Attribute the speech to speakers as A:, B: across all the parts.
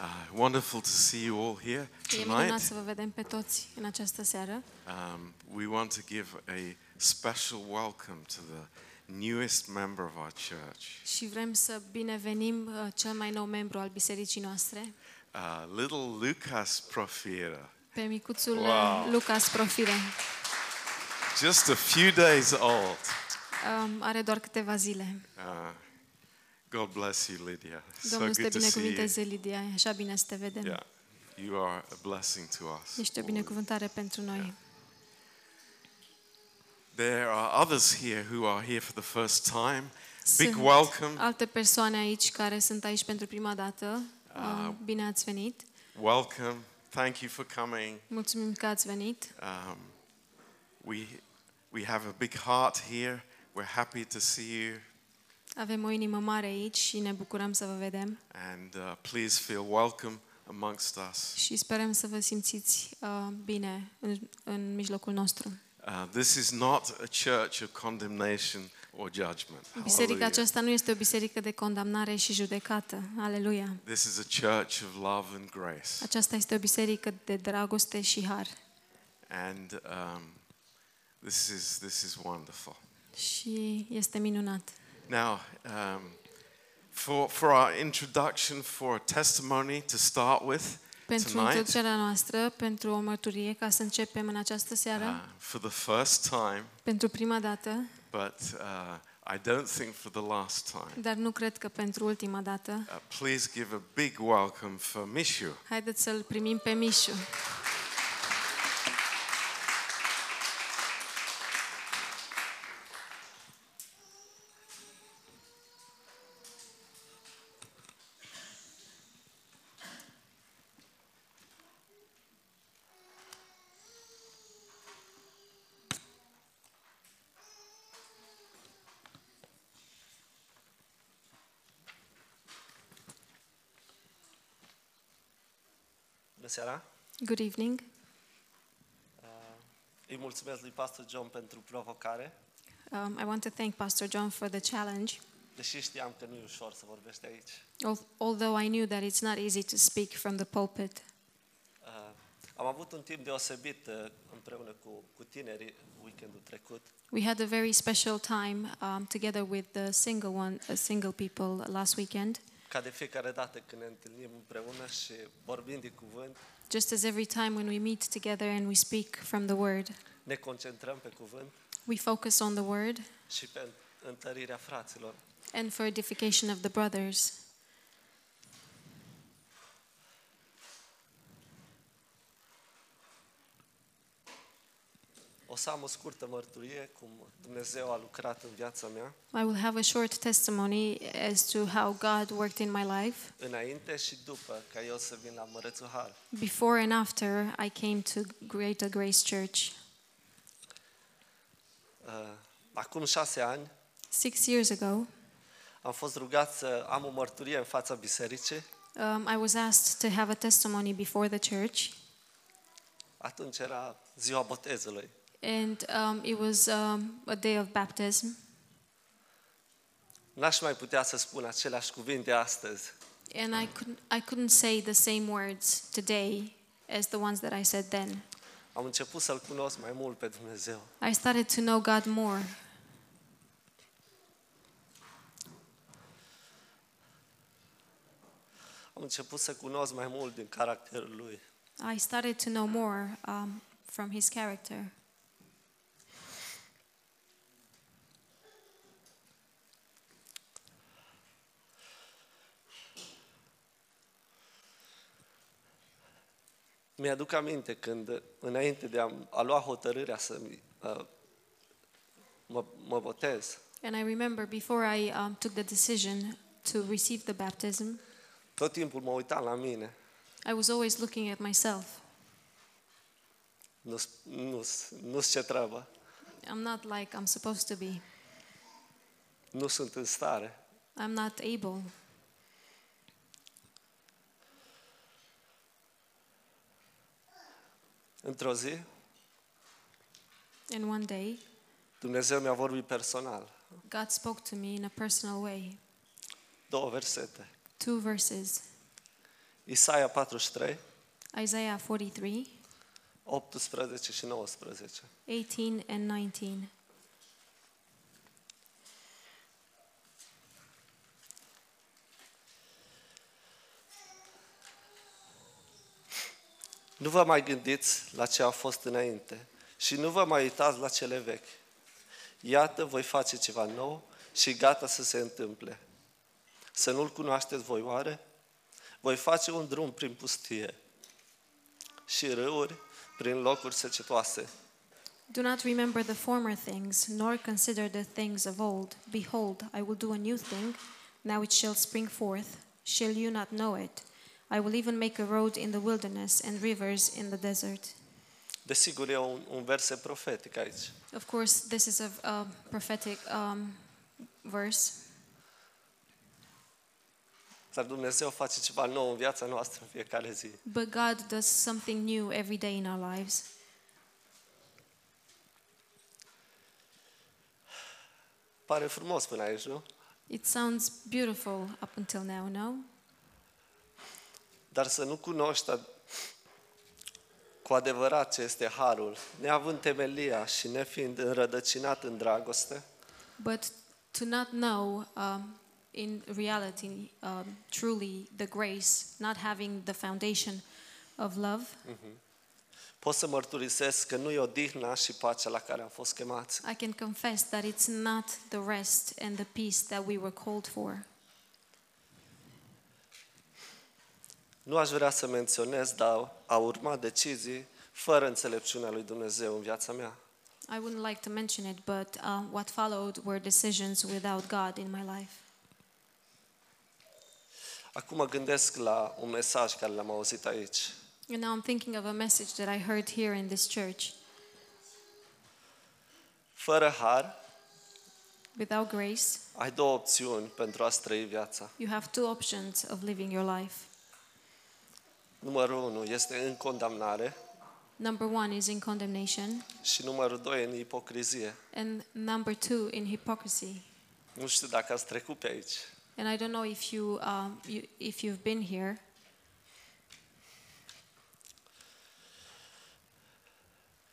A: Uh, wonderful to see you all here
B: E minunat
A: tonight.
B: să vă vedem pe toți în această seară.
A: Um, we want to give a special welcome to the newest member of our church.
B: Și vrem să binevenim uh, cel mai nou membru al bisericii noastre,
A: Uh, little Lucas Profiera.
B: pe micuțul uh,
A: Wow.
B: Lucas Profire.
A: Just a few days old.
B: Um, Are doar câteva zile.
A: Uh, God bless you, Lydia.
B: Domnul să
A: so good
B: te
A: to see you.
B: binecuvânteze, Lidia. E Așa bine să te vedem.
A: Yeah, you are a blessing to us.
B: Ești o
A: all.
B: binecuvântare pentru noi.
A: There are others here who are here for the first time. Big
B: Sunt
A: welcome.
B: alte persoane aici care sunt aici pentru prima dată. Uh, Bine ați venit.
A: Welcome. Thank you for coming.
B: Mulțumim că ați venit.
A: Um, we, we have a big heart here. We're happy to see you.
B: Avem o inimă mare aici și ne bucurăm să vă vedem.
A: And uh, please feel welcome amongst us.
B: Și sperăm să vă simțiți uh, bine în, în mijlocul nostru.
A: Uh, this is not a church of condemnation or judgment.
B: Biserica
A: Hallelujah.
B: aceasta nu este o biserică de condamnare și judecată. Aleluia!
A: This is a church of love and grace.
B: Aceasta este o biserică de dragoste și har.
A: And um, this, is, this is wonderful.
B: Și este minunat.
A: Now, um, for, for our introduction, for a testimony to start with
B: Pentru
A: tonight,
B: introducerea noastră, pentru o mărturie, ca să începem în această seară,
A: uh, for the first time,
B: pentru prima dată,
A: but uh, I don't think for the last time.
B: dar nu cred că pentru ultima dată.
A: Uh, please give a big welcome for Mishu.
B: Haideți să-l primim pe Mișu.
C: Bună seara!
B: Good evening.
C: Îi mulțumesc lui Pastor John pentru provocare,
B: Um, I want to thank Pastor John for the challenge.
C: deși știam că nu e ușor să vorbești aici.
B: Al- Although I knew that it's not easy to speak from the pulpit,
C: Uh, Am avut un timp deosebit uh, împreună cu, cu tinerii weekendul trecut.
B: we had a very special time um, together with the single one, uh, single people last weekend.
C: Ca de fiecare dată când ne întâlnim împreună și vorbim de cuvânt,
B: Just as every time when we meet together and we speak from the Word,
C: ne concentrăm pe cuvânt
B: we focus on the Word
C: și pe întărirea fraților.
B: and for edification of the brothers.
C: O să am o scurtă mărturie cum Dumnezeu a lucrat în viața mea
B: I will have a short testimony as to how God worked in my life
C: înainte și după ca eu să vin la Mărețul Har.
B: before and after I came to Greater Grace Church.
C: Uh, Acum șase ani
B: Six years ago,
C: am fost rugat să am o mărturie în fața bisericii
B: um, I was asked to have a testimony before the church.
C: Atunci era ziua botezului.
B: And um, it was um, a day of baptism.
C: N-aș mai putea să spun aceleași cuvinte astăzi,
B: And I couldn't, I couldn't say the same words today as the ones that I said then.
C: am început să-L cunosc mai mult pe Dumnezeu.
B: I started to know God more.
C: Am început să cunosc mai mult din caracterul Lui.
B: I started to know more um, from His character.
C: Mi-aduc aminte când, înainte de a, a lua hotărârea să uh, mă, mă botez,
B: And I remember before I um, took the decision to receive the baptism,
C: tot timpul mă uitam la mine.
B: I was always looking at myself.
C: Nu-s nu-s- nu-s ce treabă,
B: I'm not like I'm supposed to be.
C: nu sunt în stare.
B: I'm not able.
C: Într-o zi,
B: And one day,
C: Dumnezeu mi-a vorbit personal.
B: God spoke to me in a personal way.
C: Două versete.
B: Two verses.
C: Isaia 43,
B: Isaiah 43,
C: 18 și 19.
B: 18 and 19.
C: Nu vă mai gândiți la ce a fost înainte și nu vă mai uitați la cele vechi. Iată, voi face ceva nou și gata să se întâmple. Să nu-l cunoașteți voi oare? Voi face un drum prin pustie și râuri prin locuri secetoase.
B: Do not remember the former things, nor consider the things of old. Behold, I will do a new thing. Now it shall spring forth. Shall you not know it? I will even make a road in the wilderness and rivers in the desert.
C: Desigur, e un, un verset profetic aici.
B: Of course, this is a, a prophetic um, verse.
C: Dar Dumnezeu face ceva nou în viața noastră în fiecare zi.
B: But God does something new every day in our lives.
C: Pare frumos până aici, nu?
B: It sounds beautiful up until now, no?
C: Dar să nu cunoști ad- cu adevărat ce este harul, neavând temelia și nefiind înrădăcinat în dragoste,
B: But to not know um, in reality um, truly the grace, not having the foundation of love,
C: pot să mărturisesc că nu e odihna și pacea la care am fost chemați.
B: I can confess that it's not the rest and the peace that we were called for.
C: Nu aș vrea să menționez, dar a urma decizii fără înțelepciunea lui Dumnezeu în viața mea.
B: I wouldn't like to mention it, but uh, what followed were decisions without God in my life.
C: Acum mă gândesc la un mesaj care l-am auzit aici.
B: And now I'm thinking of a message that I heard here in this church.
C: Fără har,
B: Without grace,
C: ai două opțiuni pentru a-ți trăi viața.
B: you have two options of living your life.
C: Numărul unu este în condamnare
B: Number one is in condemnation,
C: și numărul doi în ipocrizie.
B: and number two in hypocrisy.
C: Nu știu dacă ați trecut pe aici.
B: And I don't know if you, um, you if you've been here.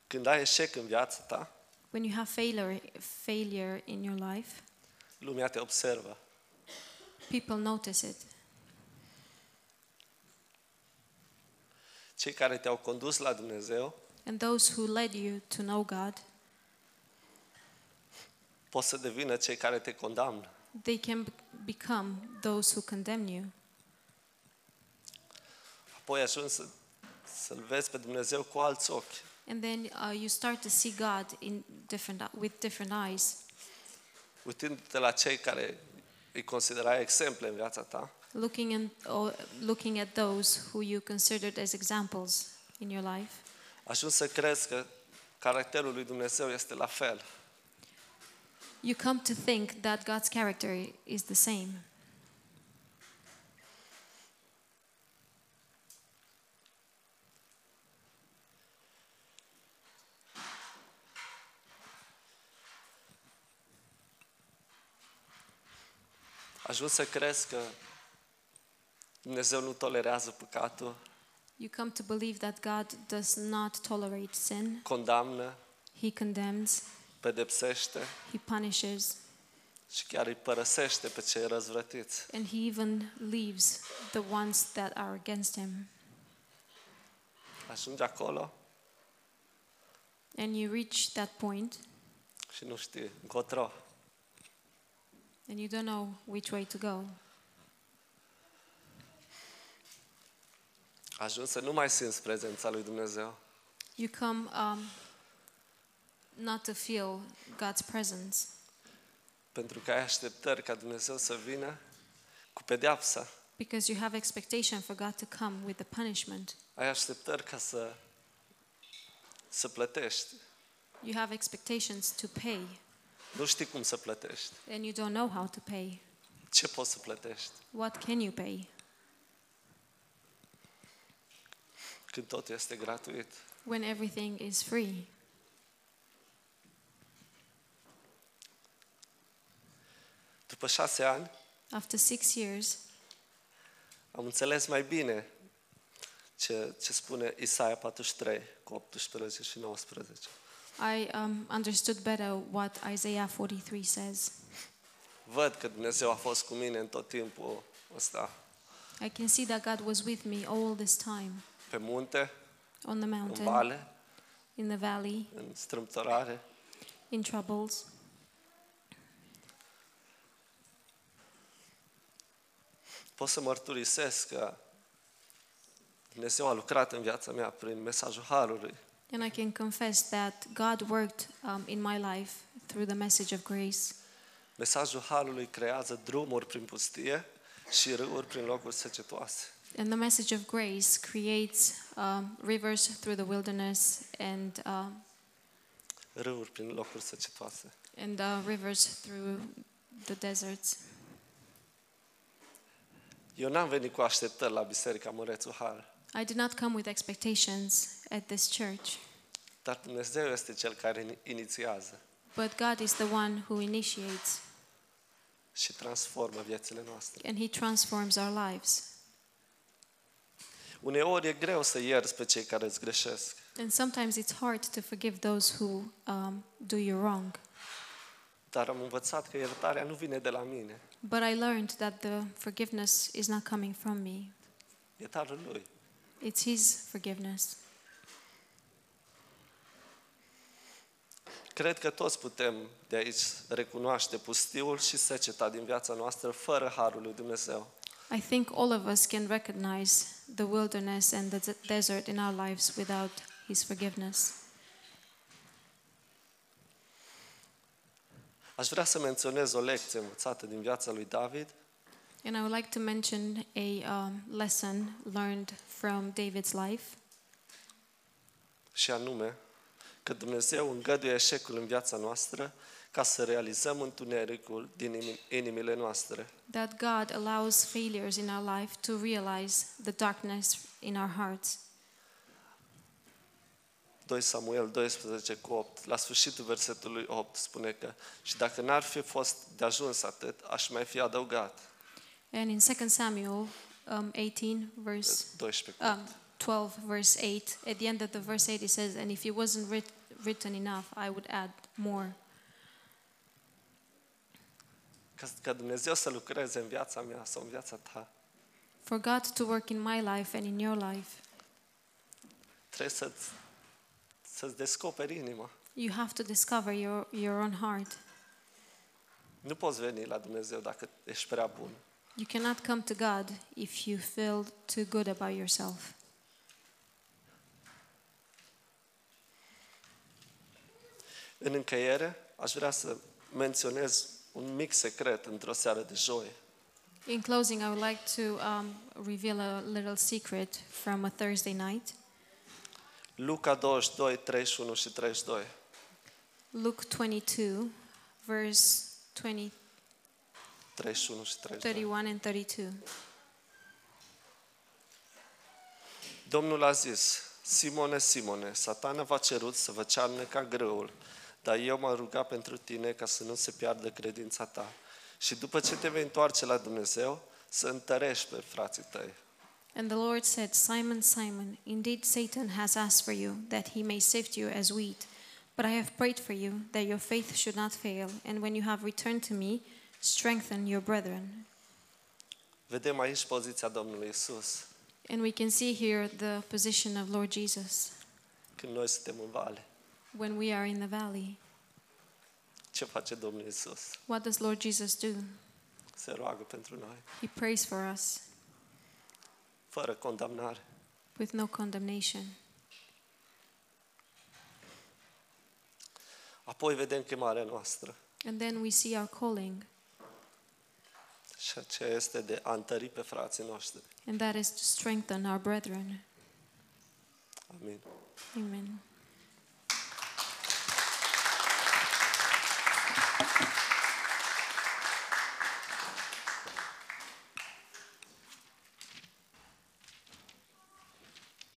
C: Când ai eșec în viața ta,
B: When you have failure failure in your life,
C: lumea te observă.
B: people notice it.
C: Cei care te-au condus la Dumnezeu
B: And those who led you to know God,
C: pot să devină cei care te condamnă.
B: they can be- become those who condemn you.
C: Apoi ajungi să, să-L vezi pe Dumnezeu cu alți ochi.
B: And then uh, you start to see God in different uh, with different eyes,
C: Uitându-te la cei care îi considerai exemple în viața ta,
B: looking and or looking at those who you considered as examples in your life.
C: ajungi să crezi că caracterul lui Dumnezeu este la fel.
B: You come to think that God's character is the same.
C: Ajungi să crezi că Dumnezeu nu tolerează păcatul,
B: You come to believe that God does not tolerate sin.
C: condamnă,
B: He condemns,
C: pedepsește
B: he punishes,
C: și chiar îi părăsește pe cei răzvrătiți.
B: and he even leaves the ones that are against him.
C: Ajungi acolo
B: And you reach that point
C: și nu știi încotro.
B: and you don't know which way to go.
C: Ajungi să nu mai simți prezența lui Dumnezeu.
B: You come um, not to feel God's presence
C: Pentru că ai așteptări ca Dumnezeu să vină cu pedeapsa.
B: because you have expectation for God to come with the punishment.
C: Ai așteptări ca să, să plătești.
B: You have expectations to pay
C: Nu știi cum să plătești.
B: and you don't know how to pay.
C: Ce poți să plătești
B: What can you pay
C: când totul este gratuit?
B: when everything is free?
C: După șase ani
B: After six years,
C: am înțeles mai bine ce, ce spune Isaia 43 cu 18 și 19.
B: I um, understood better what Isaiah 43 says.
C: Văd că Dumnezeu a fost cu mine în tot timpul ăsta.
B: I can see that God was with me all this time
C: Pe munte,
B: on the
C: în
B: mountain,
C: vale,
B: in the valley,
C: în strâmtorare.
B: in troubles.
C: Pot să mărturisesc că Dumnezeu a lucrat în viața mea prin mesajul Harului.
B: And I can confess that God worked um, in my life through the message of grace.
C: Mesajul Harului creează drumuri prin pustie și râuri prin locuri secetoase.
B: And the message of grace creates um, rivers through the wilderness and, uh,
C: Râuri prin locuri secetoase.
B: and uh, rivers through the deserts.
C: Eu n-am venit cu așteptări la Biserica Mărețul Har,
B: I did not come with expectations at this church,
C: dar Dumnezeu este Cel care ini- inițiază
B: but God is the one who initiates
C: și transformă viețile noastre.
B: and He transforms our lives.
C: Uneori e greu să ierți pe cei care îți greșesc,
B: And sometimes it's hard to forgive those who um, do you wrong.
C: dar am învățat că iertarea nu vine de la mine,
B: But I learned that the forgiveness is not coming from me,
C: e darul Lui.
B: it's His forgiveness.
C: Cred că toți putem de aici recunoaște pustiul și seceta din viața noastră fără harul lui Dumnezeu.
B: I think all of us can recognize the wilderness and the de- desert in our lives without His forgiveness.
C: Aș vrea să menționez o lecție învățată din viața lui David,
B: And I would like to mention a um, lesson learned from David's life.
C: și anume că Dumnezeu îngăduie eșecul în viața noastră ca să realizăm întunericul din imi- inimile noastre.
B: that God allows failures in our life to realize the darkness in our hearts.
C: 2 Samuel 12 cu 8, la sfârșitul versetului 8 spune că și dacă n-ar fi fost de ajuns atât, aș mai fi adăugat
B: And in 2 Samuel um, 18, verse
C: 12 cu 8.
B: um, 12, verse 8, at the end of the verse 8, it says, And if it wasn't writ- written enough, I would add more.
C: Ca, ca Dumnezeu să lucreze în viața mea sau în viața ta,
B: For God to work in my life and in your life,
C: trebuie să-ți, să-ți descoperi inima.
B: you have to discover your, your own heart.
C: Nu poți veni la Dumnezeu dacă ești prea bun.
B: You cannot come to God if you feel too good about yourself.
C: În încheiere, aș vrea să menționez un mic secret într-o seară de joi.
B: In closing, I would like to um, reveal a little secret from a Thursday night.
C: Luca 22, 31 și 32.
B: Luke 22, verse 20,
C: 31 și 32.
B: 31 and 32.
C: Domnul a zis, Simone, Simone, satana v-a cerut să vă cearnă ca grâul, dar eu m-am rugat pentru tine ca să nu se piardă credința ta. Și după ce te vei întoarce la Dumnezeu, să întărești pe frații tăi.
B: And the Lord said, Simon, Simon, indeed Satan has asked for you, that he may sift you as wheat. But I have prayed for you, that your faith should not fail. And when you have returned to me, strengthen your brethren.
C: Vedem aici poziția Domnului Isus
B: And we can see here the position of Lord Jesus
C: când noi suntem în vale.
B: when we are in the valley.
C: Ce face Domnul Isus?
B: What does Lord Jesus do?
C: Se roagă pentru noi,
B: He prays for us.
C: fără condamnare.
B: with no condemnation.
C: Apoi vedem chemarea noastră
B: And then we see our calling,
C: și aceea este de a întări pe frații noștri.
B: and that is to strengthen our brethren.
C: Amin.
B: Amen.